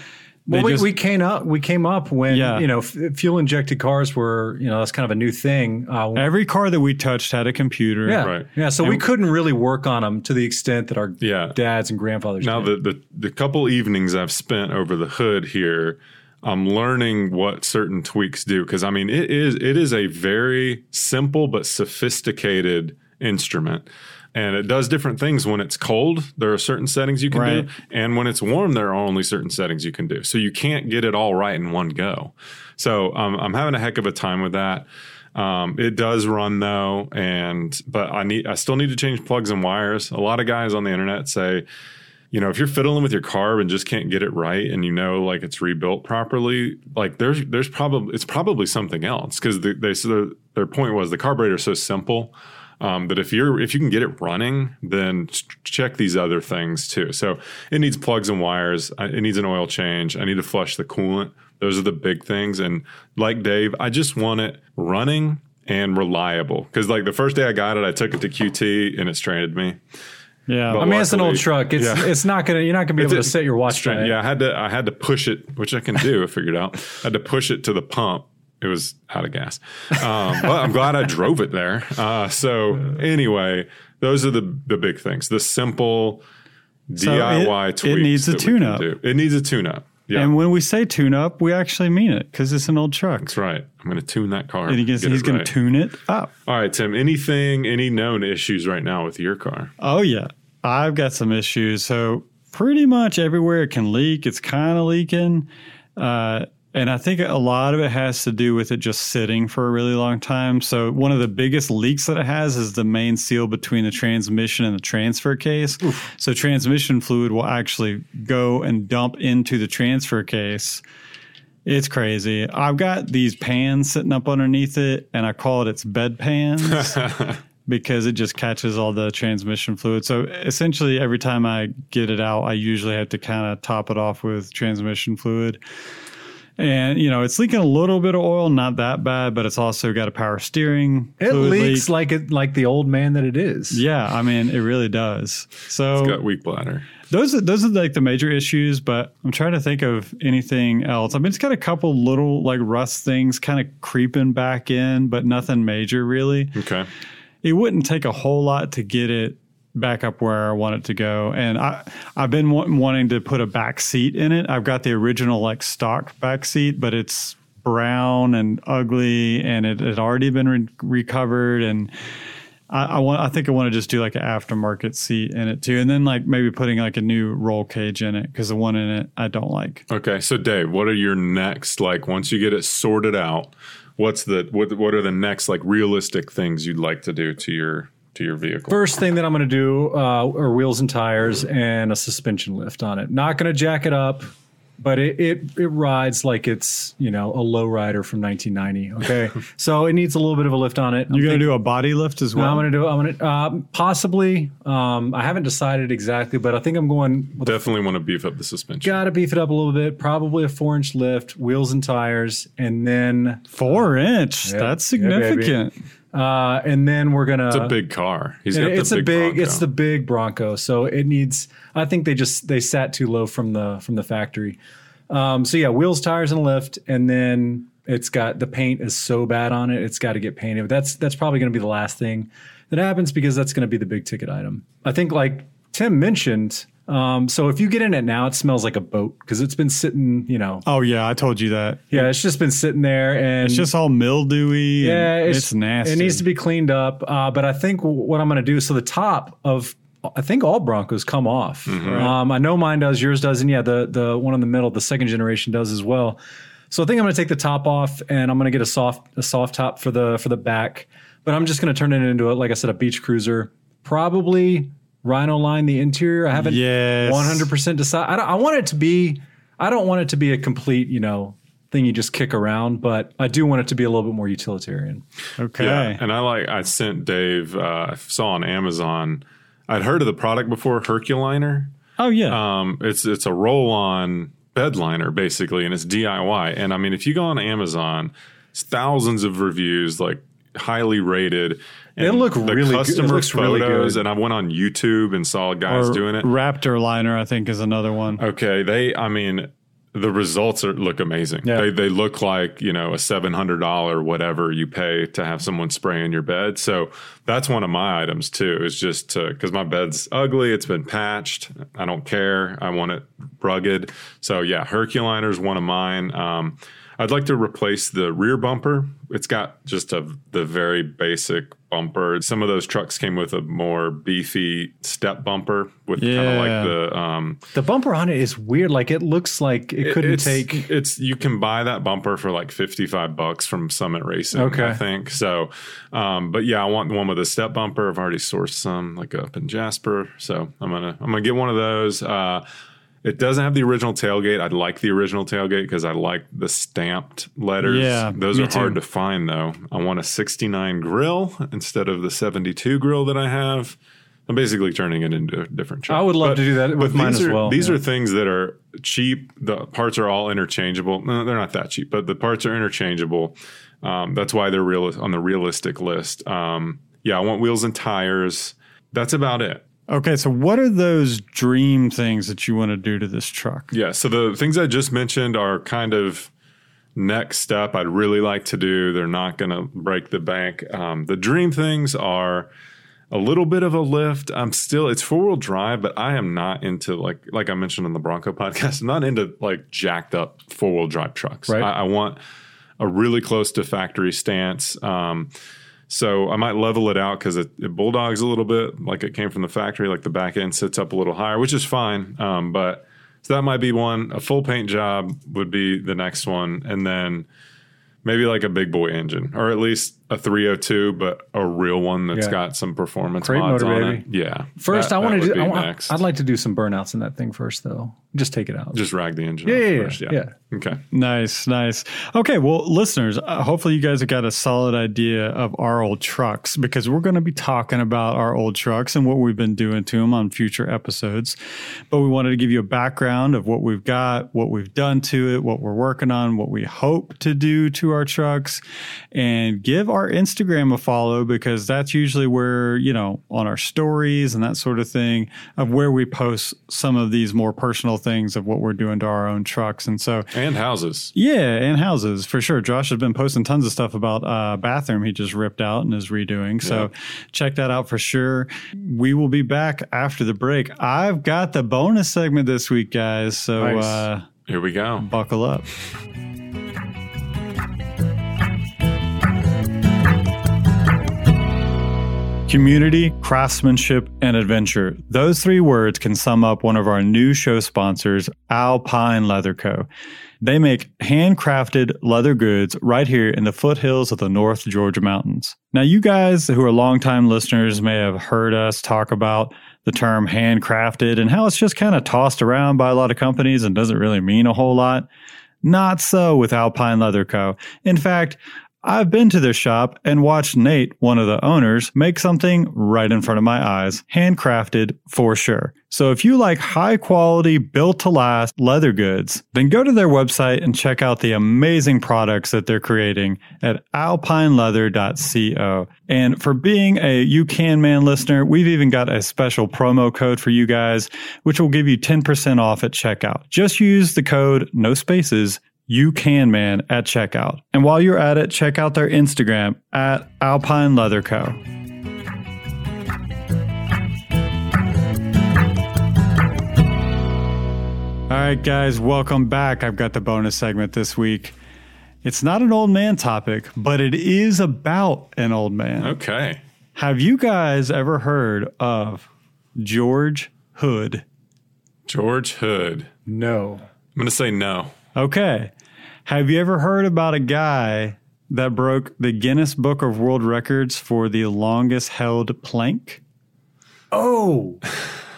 S2: They
S3: Well, we,
S2: just-
S3: we came up we came up when
S2: Yeah.
S3: you know f- fuel injected cars were you know that's kind of a new thing. Uh,
S2: Every car that we touched had a computer.
S3: yeah,
S1: right.
S3: yeah. So we couldn't really work on them to the extent that our
S1: Yeah.
S3: dads and grandfathers.
S1: now
S3: did.
S1: the, the the couple evenings i've spent over the hood here i'm learning what certain tweaks do because i mean it is it is a very simple but sophisticated instrument and it does different things when it's cold there are certain settings you can
S2: Right.
S1: do and when it's warm there are only certain settings you can do so you can't get it all right in one go so um, i'm having a heck of a time with that um, it does run though and but i need i still need to change plugs and wires a lot of guys on the internet say you know, if you're fiddling with your carb and just can't get it right and you know like it's rebuilt properly, like there's there's probably it's probably something else because the, they so their, their point was the carburetor is so simple um, that if you're if you can get it running, then ch- check these other things too. So it needs plugs and wires. I- It needs an oil change. I need to flush the coolant. Those are the big things. And like Dave, I just want it running and reliable because like the first day I got it, I took it to QT and it stranded me.
S2: yeah.
S1: But
S3: I mean, it's an old
S1: luckily-
S3: truck. It's
S1: Yeah.
S3: it's not gonna you're not gonna be able to
S1: It's-
S3: set your watch
S1: Straight-
S3: time.
S1: Yeah, I had to I had to push it, which I can do. I figured out. I had to push it to the pump. It was out of gas, um, but I'm glad I drove it there. Uh, so anyway, those are the the big things. The simple DIY
S2: it- it
S1: tweaks
S2: needs a
S1: that we can
S2: tune-up.
S1: do. It needs a tune up. Yeah,
S2: And when we say tune up, we actually mean it because it's an old truck.
S1: that's right. I'm going to tune that car.
S2: And he gets,
S1: Get
S2: he's
S1: it
S2: going
S1: right.
S2: to tune it up.
S1: All right, Tim. Anything? Any known issues right now with your car?
S2: Oh yeah, I've got some issues. So pretty much everywhere it can leak, it's kind of leaking, uh, and I think a lot of it has to do with it just sitting for a really long time. So one of the biggest leaks that it has is the main seal between the transmission and the transfer case. So transmission fluid will actually go and dump into the transfer case. It's crazy. I've got these pans sitting up underneath it, and I call it its bed pans because it just catches all the transmission fluid. So essentially, every time I get it out, I usually have to kind of top it off with transmission fluid. And you know, it's leaking a little bit of oil, not that bad, but it's also got a power steering.
S3: It
S2: fluid leak.
S3: leaks like it like the old man that it is.
S2: Yeah, I mean, it really does. So
S1: Got weak bladder.
S2: those are those are like the major issues, but I'm trying to think of anything else. I mean, it's got a couple little like rust things kind of creeping back in, but nothing major really.
S1: Okay.
S2: It wouldn't take a whole lot to get it back up where I want it to go, and I I've been wa- wanting to put a back seat in it. I've got the original like stock back seat, but it's brown and ugly, and it had already been re- recovered and. I, I want. I think I want to just do like an aftermarket seat in it too, and then like maybe putting like a new roll cage in it because the one in it I don't like.
S1: Okay, so Dave, what are your next like once you get it sorted out? What's the what? What are the next like realistic things you'd like to do to your to your vehicle?
S3: First thing that I'm going to do uh, are wheels and tires and a suspension lift on it. Not going to jack it up, but it, it it rides like it's you know a low rider from 1990. Okay, so it needs a little bit of a lift on it. I'm
S2: You're gonna
S3: thinking-
S2: do a body lift as well.
S3: I'm going to do. I'm going to uh, possibly. Um, I haven't decided exactly, but I think I'm going with
S1: Definitely want to beef up the suspension.
S3: got to beef it up a little bit. Probably a four inch lift, wheels and tires, and then
S2: Four inch. That's
S3: Yeah, baby.
S2: significant.
S3: Uh, and then we're gonna.
S1: It's a big car. He's got
S3: And it's
S1: the
S3: a
S1: big.
S3: big
S1: Bronco.
S3: it's the big bronco so it needs i think they just they sat too low from the from the factory um, so yeah wheels tires and lift and then it's got the paint is so bad on it it's got to get painted that's that's probably going to be the last thing that happens because that's going to be the big ticket item i think like tim mentioned um, so if you get in it now it smells like a boat because it's been sitting you know
S2: Oh yeah, I told you that.
S3: yeah it's just been sitting there and
S2: It's just all mildewy.
S3: yeah,
S2: and it's, nasty.
S3: It needs to be cleaned up. Uh, but I think w- what I'm going to do so the top of I think all Broncos come off.
S2: Mm-hmm.
S3: Um, I know mine does, yours does, and yeah, the the one in the middle, the second generation does as well. So I think I'm going to take the top off, and I'm going to get a soft a soft top for the for the back. But I'm just going to turn it into a, like I said, a beach cruiser, probably Rhino line the interior. I haven't
S2: Yes.
S3: 100 percent decide. I, don't, I want it to be. I don't want it to be a complete, you know, thing you just kick around. But I do want it to be a little bit more utilitarian.
S2: okay.
S1: Yeah, and I like I sent Dave. Uh, I saw on Amazon. I'd heard of the product before, Herculiner.
S2: Oh yeah.
S1: Um, it's it's a roll-on bed liner basically, and it's DIY. And I mean, if you go on Amazon, it's thousands of reviews, like highly rated. And
S3: They look really good. It
S1: customer
S3: looks really
S1: photos,
S3: good.
S1: and I went on YouTube and saw guys
S2: Or
S1: doing it.
S2: Raptor liner, I think, is another one.
S1: Okay, they. I mean, the results are, look amazing.
S3: Yeah.
S1: They they look like you know a seven hundred dollar whatever you pay to have someone spray in your bed. So that's one of my items too. Is just to because my bed's ugly. It's been patched. I don't care. I want it rugged. So yeah, Herculiner is one of mine. Um, I'd like to replace the rear bumper. It's got just a the very basic bumper. Some of those trucks came with a more beefy step bumper with kind of
S2: Yeah.
S1: like the um,
S3: The bumper on it is weird. Like it looks like it, couldn't
S1: it's,
S3: take.
S1: it's you can buy that bumper for like 55 bucks from summit racing i
S3: Okay.
S1: think so um but yeah i want the one with a step bumper i've already sourced some like up in jasper so i'm gonna i'm gonna get one of those uh it doesn't have the original tailgate. I'd like the original tailgate because I like the stamped letters.
S2: Yeah,
S1: Those
S2: me
S1: are hard
S2: too.
S1: to find though. I want a 69 grill instead of the 72 grill that I have. I'm basically turning it into a different truck.
S3: I would love
S1: But-
S3: to do that with
S1: but
S3: mine
S1: these
S3: as
S1: are-
S3: well.
S1: These
S3: yeah.
S1: are things that are cheap. The parts are all interchangeable. No, they're not that cheap, but the parts are interchangeable. Um, that's why they're real on the realistic list. Um, yeah, I want wheels and tires. That's about it.
S2: Okay, so what are those dream things that you want to do to this truck?
S1: Yeah. So the things I just mentioned are kind of next step I'd really like to do. They're not going to break the bank. Um, the dream things are a little bit of a lift. I'm still it's four wheel drive, but I am not into like like I mentioned on the Bronco podcast. I'm not into like jacked up four wheel drive trucks.
S3: Right.
S1: I, I want a really close to factory stance. Um, so I might level it out because it, it bulldogs a little bit, like it came from the factory. Like the back end sits up a little higher, which is fine. Um, but so that might be one. A full paint job would be the next one, and then maybe like a big boy engine, or at least a 302, but a real one that's
S3: Yeah.
S1: got some performance
S3: Crate
S1: mods
S3: motor,
S1: on
S3: baby.
S1: it. Yeah.
S3: First,
S1: that-
S3: I
S1: that
S3: want
S1: would
S3: to.
S1: be
S3: I want.
S1: next.
S3: I'd like to do some burnouts in that thing first, though. Just take it out.
S1: just rag the engine.
S3: Yeah,
S1: out
S3: yeah, yeah,
S1: first.
S3: yeah.
S1: Okay.
S2: Nice, nice. Okay, well, listeners, uh, hopefully you guys have got a solid idea of our old trucks because we're going to be talking about our old trucks and what we've been doing to them on future episodes. But we wanted to give you a background of what we've got, what we've done to it, what we're working on, what we hope to do to our trucks, and give our Instagram a follow because that's usually where, you know, on our stories and that sort of thing of where we post some of these more personal things of what we're doing to our own trucks. And so,
S1: And houses.
S2: yeah, and houses for sure. Josh has been posting tons of stuff about uh, bathroom he just ripped out and is redoing. So check that out for sure. We will be back after the break. I've got the bonus segment this week, guys. So
S3: Nice.
S2: uh,
S1: Here we go.
S2: buckle up. Community, craftsmanship, and adventure. Those three words can sum up one of our new show sponsors, Alpine Leather Co. They make handcrafted leather goods right here in the foothills of the North Georgia mountains. Now, you guys who are longtime listeners may have heard us talk about the term handcrafted and how it's just kind of tossed around by a lot of companies and doesn't really mean a whole lot. Not so with Alpine Leather Co. In fact, I've been to their shop and watched Nate, one of the owners, make something right in front of my eyes, handcrafted for sure. So if you like high quality, built to last leather goods, then go to their website and check out the amazing products that they're creating at alpineleather.co. And for being a You Can Man listener, we've even got a special promo code for you guys, which will give you 10% off at checkout. Just use the code no spaces you can man at checkout. And while you're at it, check out their Instagram at Alpine Leather Co. All right, guys, welcome back. I've got the bonus segment this week. It's not an old man topic, but it is about an old man.
S1: Okay.
S2: Have you guys ever heard of George Hood?
S1: George Hood.
S3: No.
S1: I'm going to say no.
S2: Okay. Have you ever heard about a guy that broke the Guinness Book of World Records for the longest held plank
S3: Oh,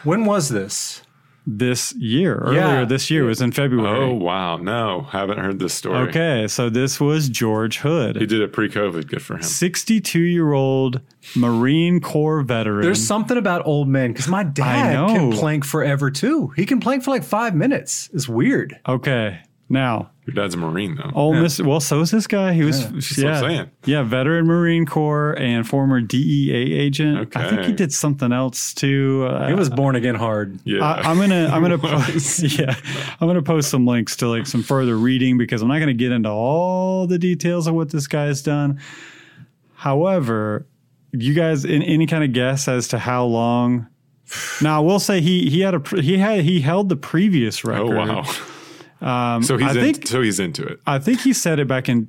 S3: when was this?
S2: this year? Earlier
S3: Yeah.
S2: this year it was in
S1: Oh,
S2: February.
S1: wow. No, haven't heard this story.
S2: okay. So this was George
S1: He
S2: Hood,
S1: did it pre COVID. Good for him.
S2: 62 year old Marine Corps veteran.
S3: There's something about old men because my dad
S2: know.
S3: can plank forever too. He can plank for like five minutes. It's weird.
S2: okay. Now,
S1: Your dad's a Marine, though.
S2: Ole Miss. Well, so is this guy. He was,
S1: what
S2: yeah,
S1: I'm saying.
S2: yeah, veteran Marine Corps and former DEA agent. I think he
S1: Okay.
S2: did something else too. Uh,
S3: He was born again hard.
S1: Yeah.
S2: I, I'm gonna I'm gonna post, yeah I'm gonna post some links to like some further reading because I'm not gonna get into all the details of what this guy's done. However, you guys in any kind of guess as to how long? Now I will say he he had a pre- he had he held the previous
S1: oh,
S2: record.
S1: wow. so, he's
S2: Um, I
S1: in,
S2: think-
S1: so he's into it.
S2: I think he said it back in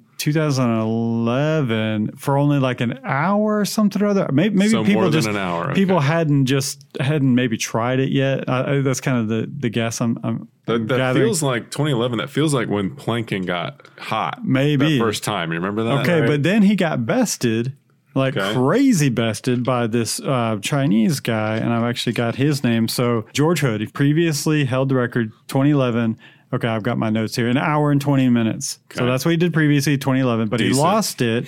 S2: 2011 for only like an hour or something or other. Maybe, maybe
S1: So more
S2: people
S1: than
S2: just
S1: an hour, okay.
S2: people hadn't just hadn't maybe tried it yet. I, I- that's kind of the the guess I'm, I'm
S1: That, that
S2: gathering.
S1: feels like 2011. That feels like when planking got hot.
S2: Maybe.
S1: That first time. You remember that?
S2: okay, but then he got bested. Like
S1: Okay.
S2: crazy bested by this uh, Chinese guy, and I've actually got his name. So George Hood, he previously held the record 2011. Okay, I've got my notes here. An hour and 20 minutes. So
S1: Okay.
S2: that's what he did previously, 2011. But he
S1: Decent.
S2: lost it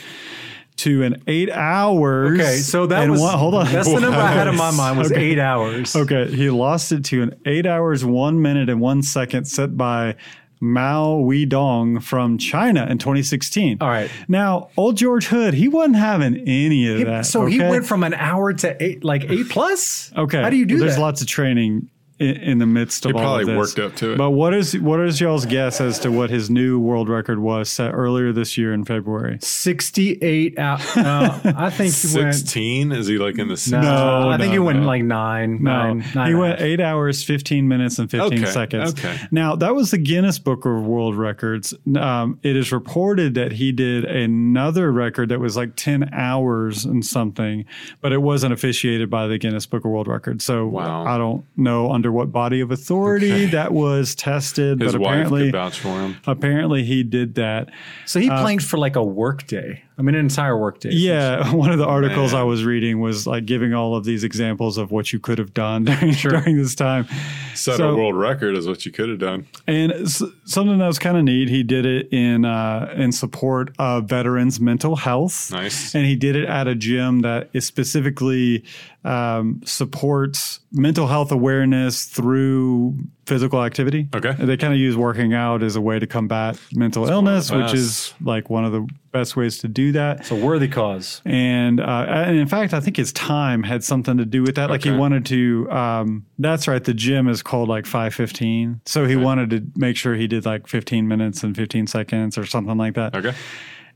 S2: to an eight hours.
S3: Okay, so that
S2: and
S3: was
S2: one- hold on.
S3: That's the number I had in my mind was
S2: Okay.
S3: eight hours.
S2: Okay, he lost it to an eight hours, one minute, and one second set by Mao Weidong from China in 2016.
S3: All right.
S2: Now, old George Hood, he wasn't having any of that.
S3: so he
S2: okay?
S3: went from an hour to eight, like eight plus.
S2: Okay.
S3: how do you do
S2: There's
S3: that?
S2: lots of training in, in the midst of all
S1: probably
S2: of this.
S1: worked up to it.
S2: But what is what is y'all's guess as to what his new world record was set earlier this year in February?
S3: Sixty-eight hours. No, I think he went.
S1: 16? Is he like in the 16?
S3: no, I think
S2: no,
S3: he went
S2: no.
S3: like nine.
S2: No,
S3: nine, nine
S2: Oh, he
S3: and a
S2: went
S3: half.
S2: eight hours, 15 minutes, and 15
S1: Okay,
S2: seconds.
S1: okay.
S2: Now, that was the Guinness Book of World Records. Um, it is reported that he did another record that was like 10 hours and something, but it wasn't officiated by the Guinness Book of World Records. So
S1: Wow.
S2: I don't know under what body of authority that was tested,
S1: His
S2: but
S1: wife could
S2: apparently,
S1: vouch for him.
S2: apparently he did that.
S3: So he planked for like a work day. I mean, an entire work day.
S2: Yeah, one of the articles
S1: Man.
S2: I was reading was like giving all of these examples of what you could have done during, during this time.
S1: Set
S2: So-
S1: a world record is what you could have done.
S2: And s- something that was kind of neat, he did it in uh, in support of veterans' mental health.
S1: Nice.
S2: And he did it at a gym that is specifically um, supports mental health awareness through physical activity.
S1: Okay.
S2: They kind of use working out as a way to combat mental illness, which is like one of the best ways to do that.
S3: It's a worthy cause.
S2: And, uh, and in fact, I think his time had something to do with that. Like he
S1: Okay.
S2: wanted to. Um, that's right. The gym is called like five fifteen, so he wanted to make sure he did like fifteen minutes and fifteen seconds or something like that.
S1: Okay.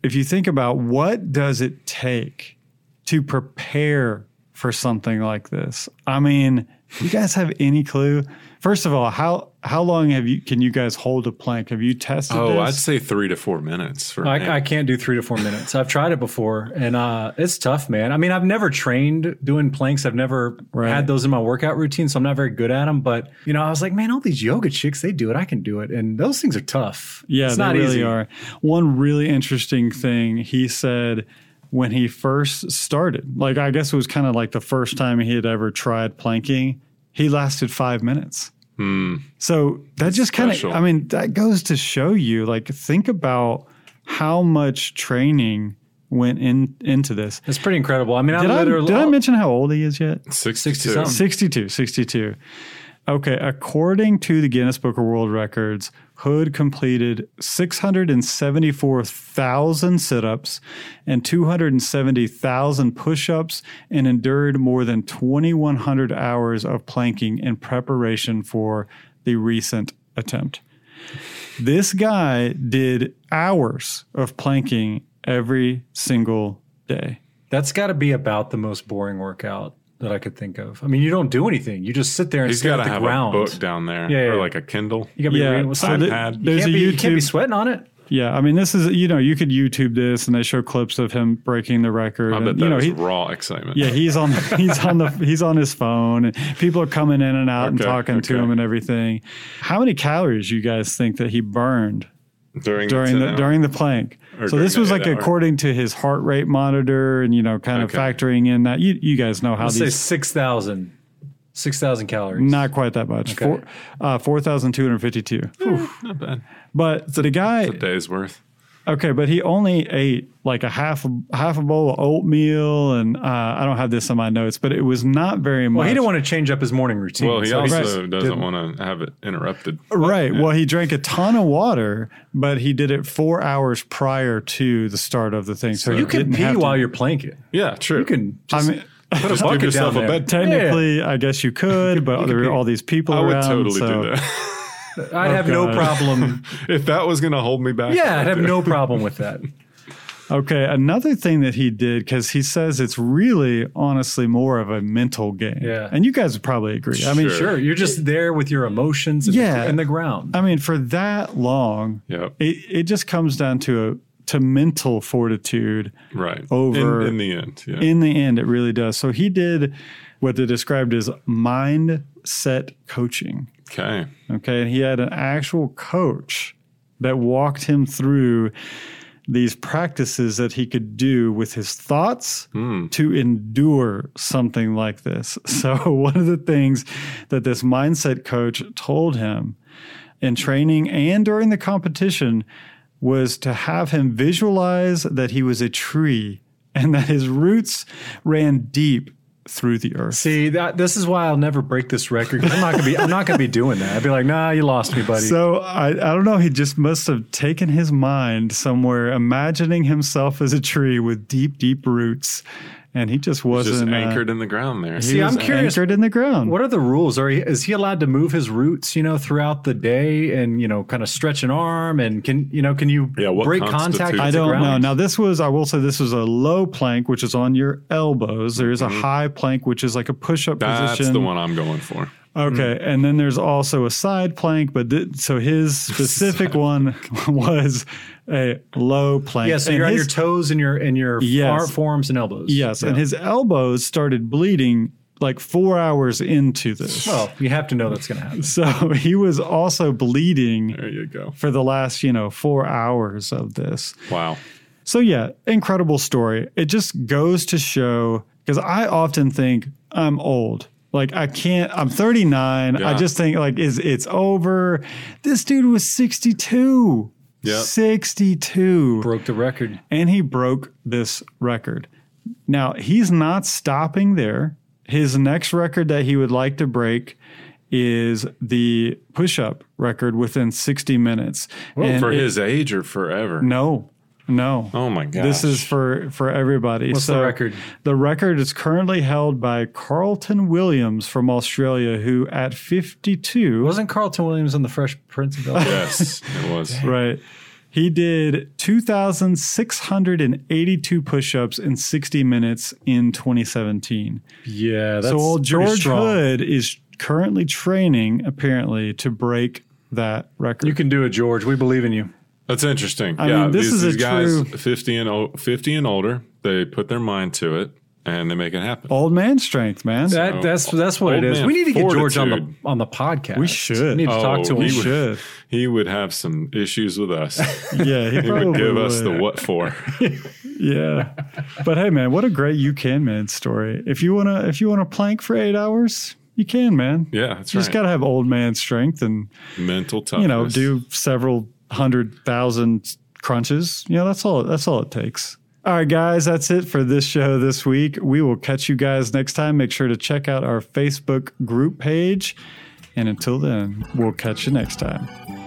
S2: If you think about what does it take to prepare for something like this, I mean, you guys have any clue? First of all, how how long have you can you guys hold a plank? Have you tested?
S1: Oh, I'd
S2: this?
S1: say three to four minutes. For him.
S3: I, I can't do three to four minutes. I've tried it before, and uh, it's tough, man. I mean, I've never trained doing planks. I've never
S2: Right.
S3: had those in my workout routine, so I'm not very good at them. But you know, I was like, man, all these yoga chicks, they do it. I can do it, and those things are tough.
S2: Yeah,
S3: it's
S2: they
S3: not
S2: really
S3: easy.
S2: are. One really interesting thing he said when he first started, like I guess it was kind of like the first time he had ever tried planking, he lasted five minutes. So that just kind of,
S1: special.
S2: I mean, that goes to show you, like, think about how much training went in into this.
S3: It's pretty incredible. I mean,
S2: Did
S3: I
S2: I,
S3: literally
S2: did
S3: oh,
S2: I mention how old he is yet?
S1: 62.
S3: 60-something.
S2: 62, 62. Okay, according to the Guinness Book of World Records, Hood completed 674,000 sit ups and 270,000 push ups and endured more than 2,100 hours of planking in preparation for the recent attempt. This guy did hours of planking every single day.
S3: That's got to be about the most boring workout that I could think of. I mean, you don't do anything. You just sit there and
S1: He's got
S3: stare
S1: to
S3: at the
S1: have
S3: ground.
S1: a book down there
S3: Yeah,
S1: or
S3: yeah.
S1: like a Kindle.
S3: You got to be
S2: Yeah,
S3: reading with
S2: so
S3: something.
S2: the-
S3: You
S2: there's
S3: can't
S2: a
S3: be- You can't be
S2: YouTube-
S3: sweating on it.
S2: Yeah, I mean, this is you know you could YouTube this, and they show clips of him breaking the record.
S1: I
S2: and,
S1: bet
S2: you know,
S1: that's
S2: he-
S1: raw excitement.
S2: yeah, he's on he's on the he's on his phone, and people are coming in and out and
S1: Okay,
S2: talking to
S1: okay.
S2: him and everything. How many calories you guys think that he burned
S1: During,
S2: during the
S1: sit-down.
S2: during the plank?
S1: Or
S2: so this
S1: during
S2: was
S1: the
S2: like
S1: eight hour.
S2: according to his heart rate monitor, and you know, kind of
S1: Okay.
S2: factoring in that you you guys know how
S3: Let's say
S2: these
S3: 6,000. 6,000 calories.
S2: not quite that much
S3: Okay.
S2: four uh, four thousand two hundred fifty two.
S1: Not bad.
S2: But the guy
S1: A day's worth.
S2: Okay, but he only ate like a half half a bowl of oatmeal, and uh, I don't have this in my notes, but it was not very much.
S3: Well, he didn't want to change up his morning routine.
S1: Well, he
S3: so
S1: also
S2: also
S1: doesn't want to have it interrupted.
S2: right. Well, he drank a ton of water, but he did it four hours prior to the start of the thing. So,
S3: you can pee while you're planking.
S1: Yeah, true.
S3: You can
S2: I
S3: just
S2: mean,
S3: put
S1: just
S3: a
S1: give
S3: bucket
S1: yourself
S3: down
S1: a
S3: there.
S1: bed.
S2: technically, I guess you could, but there were all these people
S1: I would
S2: around.
S1: totally
S2: so-
S1: do that.
S3: I'd have
S2: Oh, God.
S3: no problem.
S1: if that was going to hold me back.
S3: yeah, I'd have
S1: do it.
S3: no problem with that.
S2: Okay, another thing that he did because he says it's really, honestly, more of a mental game.
S3: Yeah.
S2: and you guys would probably agree. I mean,
S1: Sure.
S3: Sure, you're just there with your emotions and,
S2: Yeah.
S3: the, and the ground.
S2: I mean, for that long,
S1: Yep.
S2: it, it just comes down to a to mental fortitude
S1: Right.
S2: over-
S1: in, in the end. Yeah.
S2: in the end it really does so he did what they described as mindset coaching
S1: okay.
S2: okay and he had an actual coach that walked him through these practices that he could do with his thoughts to endure something like this so one of the things that this mindset coach told him in training and during the competition was to have him visualize that he was a tree and that his roots ran deep through the earth.
S3: See, that this is why I'll never break this record. 'cause I'm not gonna be. I'm not gonna be doing that. I'd be like, nah, you lost me, buddy.
S2: So I, I don't know. He just must have taken his mind somewhere, imagining himself as a tree with deep, deep roots, and he just wasn't
S1: Just
S2: uh,
S1: anchored in the ground there.
S2: he
S3: See, I'm
S2: was
S3: curious.
S2: anchored in the ground.
S3: What are the rules? Are he, is he allowed to move his roots, you know, throughout the day and you know, kind of stretch an arm and can you know, can you
S1: Yeah, what
S3: break
S1: constitutes-
S3: contact? with
S2: I
S3: the
S2: don't know.
S3: ground?
S2: Now this was, I will say, this was a low plank, which is on your elbows. There is a high plank, which is like a push-up
S1: Mm-hmm. That's
S2: position.
S1: the one Mm-hmm. I'm going for.
S2: Okay, and then there's also a side plank, but th- so his specific one was a low plank.
S3: Yeah, so
S2: And
S3: you're on
S2: his-
S3: your toes and your and your
S2: Yes.
S3: far forearms and elbows.
S2: Yes,
S3: Yeah.
S2: and his elbows started bleeding like four hours into this.
S3: well, you have to know that's going to happen.
S2: So he was also bleeding
S1: There you go.
S2: for the last, you know, four hours of this.
S1: Wow.
S2: So, yeah, incredible story. It just goes to show because I often think I'm old. Like I can't. I'm 39. I
S1: Yeah.
S2: just think like is it's over. This dude was 62.
S1: Yep.
S2: 62
S3: Broke the record.
S2: and he broke this record. Now, he's not stopping there. His next record that he would like to break is the push up record within 60 minutes. And
S1: for
S2: it-
S1: his age or forever.
S2: No, no.
S1: Oh my god.
S2: This is for, for everybody.
S3: What's the record?
S2: The record is currently held by Carlton Williams from Australia, who at 52
S3: Wasn't Carlton Williams on the Fresh Prince of Bel Air?
S1: Yes, it was.
S2: Right. He did 2,682 push ups in 60 minutes in 2017.
S3: yeah, that's
S2: so old
S3: pretty
S2: George
S3: strong.
S2: Hood is currently training, apparently, to break that record.
S3: You can do it, George. We believe in you.
S1: That's interesting.
S2: I
S1: yeah,
S2: mean, this
S1: these,
S2: is a
S1: these guys
S2: true-
S1: 50 and o- 50 and older, they put their mind to it and they make it happen.
S2: old man strength, man.
S1: So,
S3: That, that's that's what it
S1: old
S3: is.
S1: man
S3: We need to get George on the
S1: fortitude.
S3: on the podcast.
S2: We should.
S3: We need to
S1: Oh,
S3: talk to him.
S2: we
S1: he would-
S2: should.
S1: He would have some issues with us.
S2: Yeah,
S1: He
S2: he
S1: would
S2: probably
S1: give us the
S2: would.
S1: what for.
S2: Yeah, but hey, man, what a great you can man story. If you wanna, if you wanna plank for eight hours, you can, man.
S1: Yeah, that's
S2: you
S1: right.
S2: just gotta have old man strength and
S1: Mental toughness.
S2: you know, do several hundred thousand crunches. You know, that's all. That's all it takes. All right, guys, that's it for this show this week. We will catch you guys next time. Make sure to check out our Facebook group page. And until then, we'll catch you next time.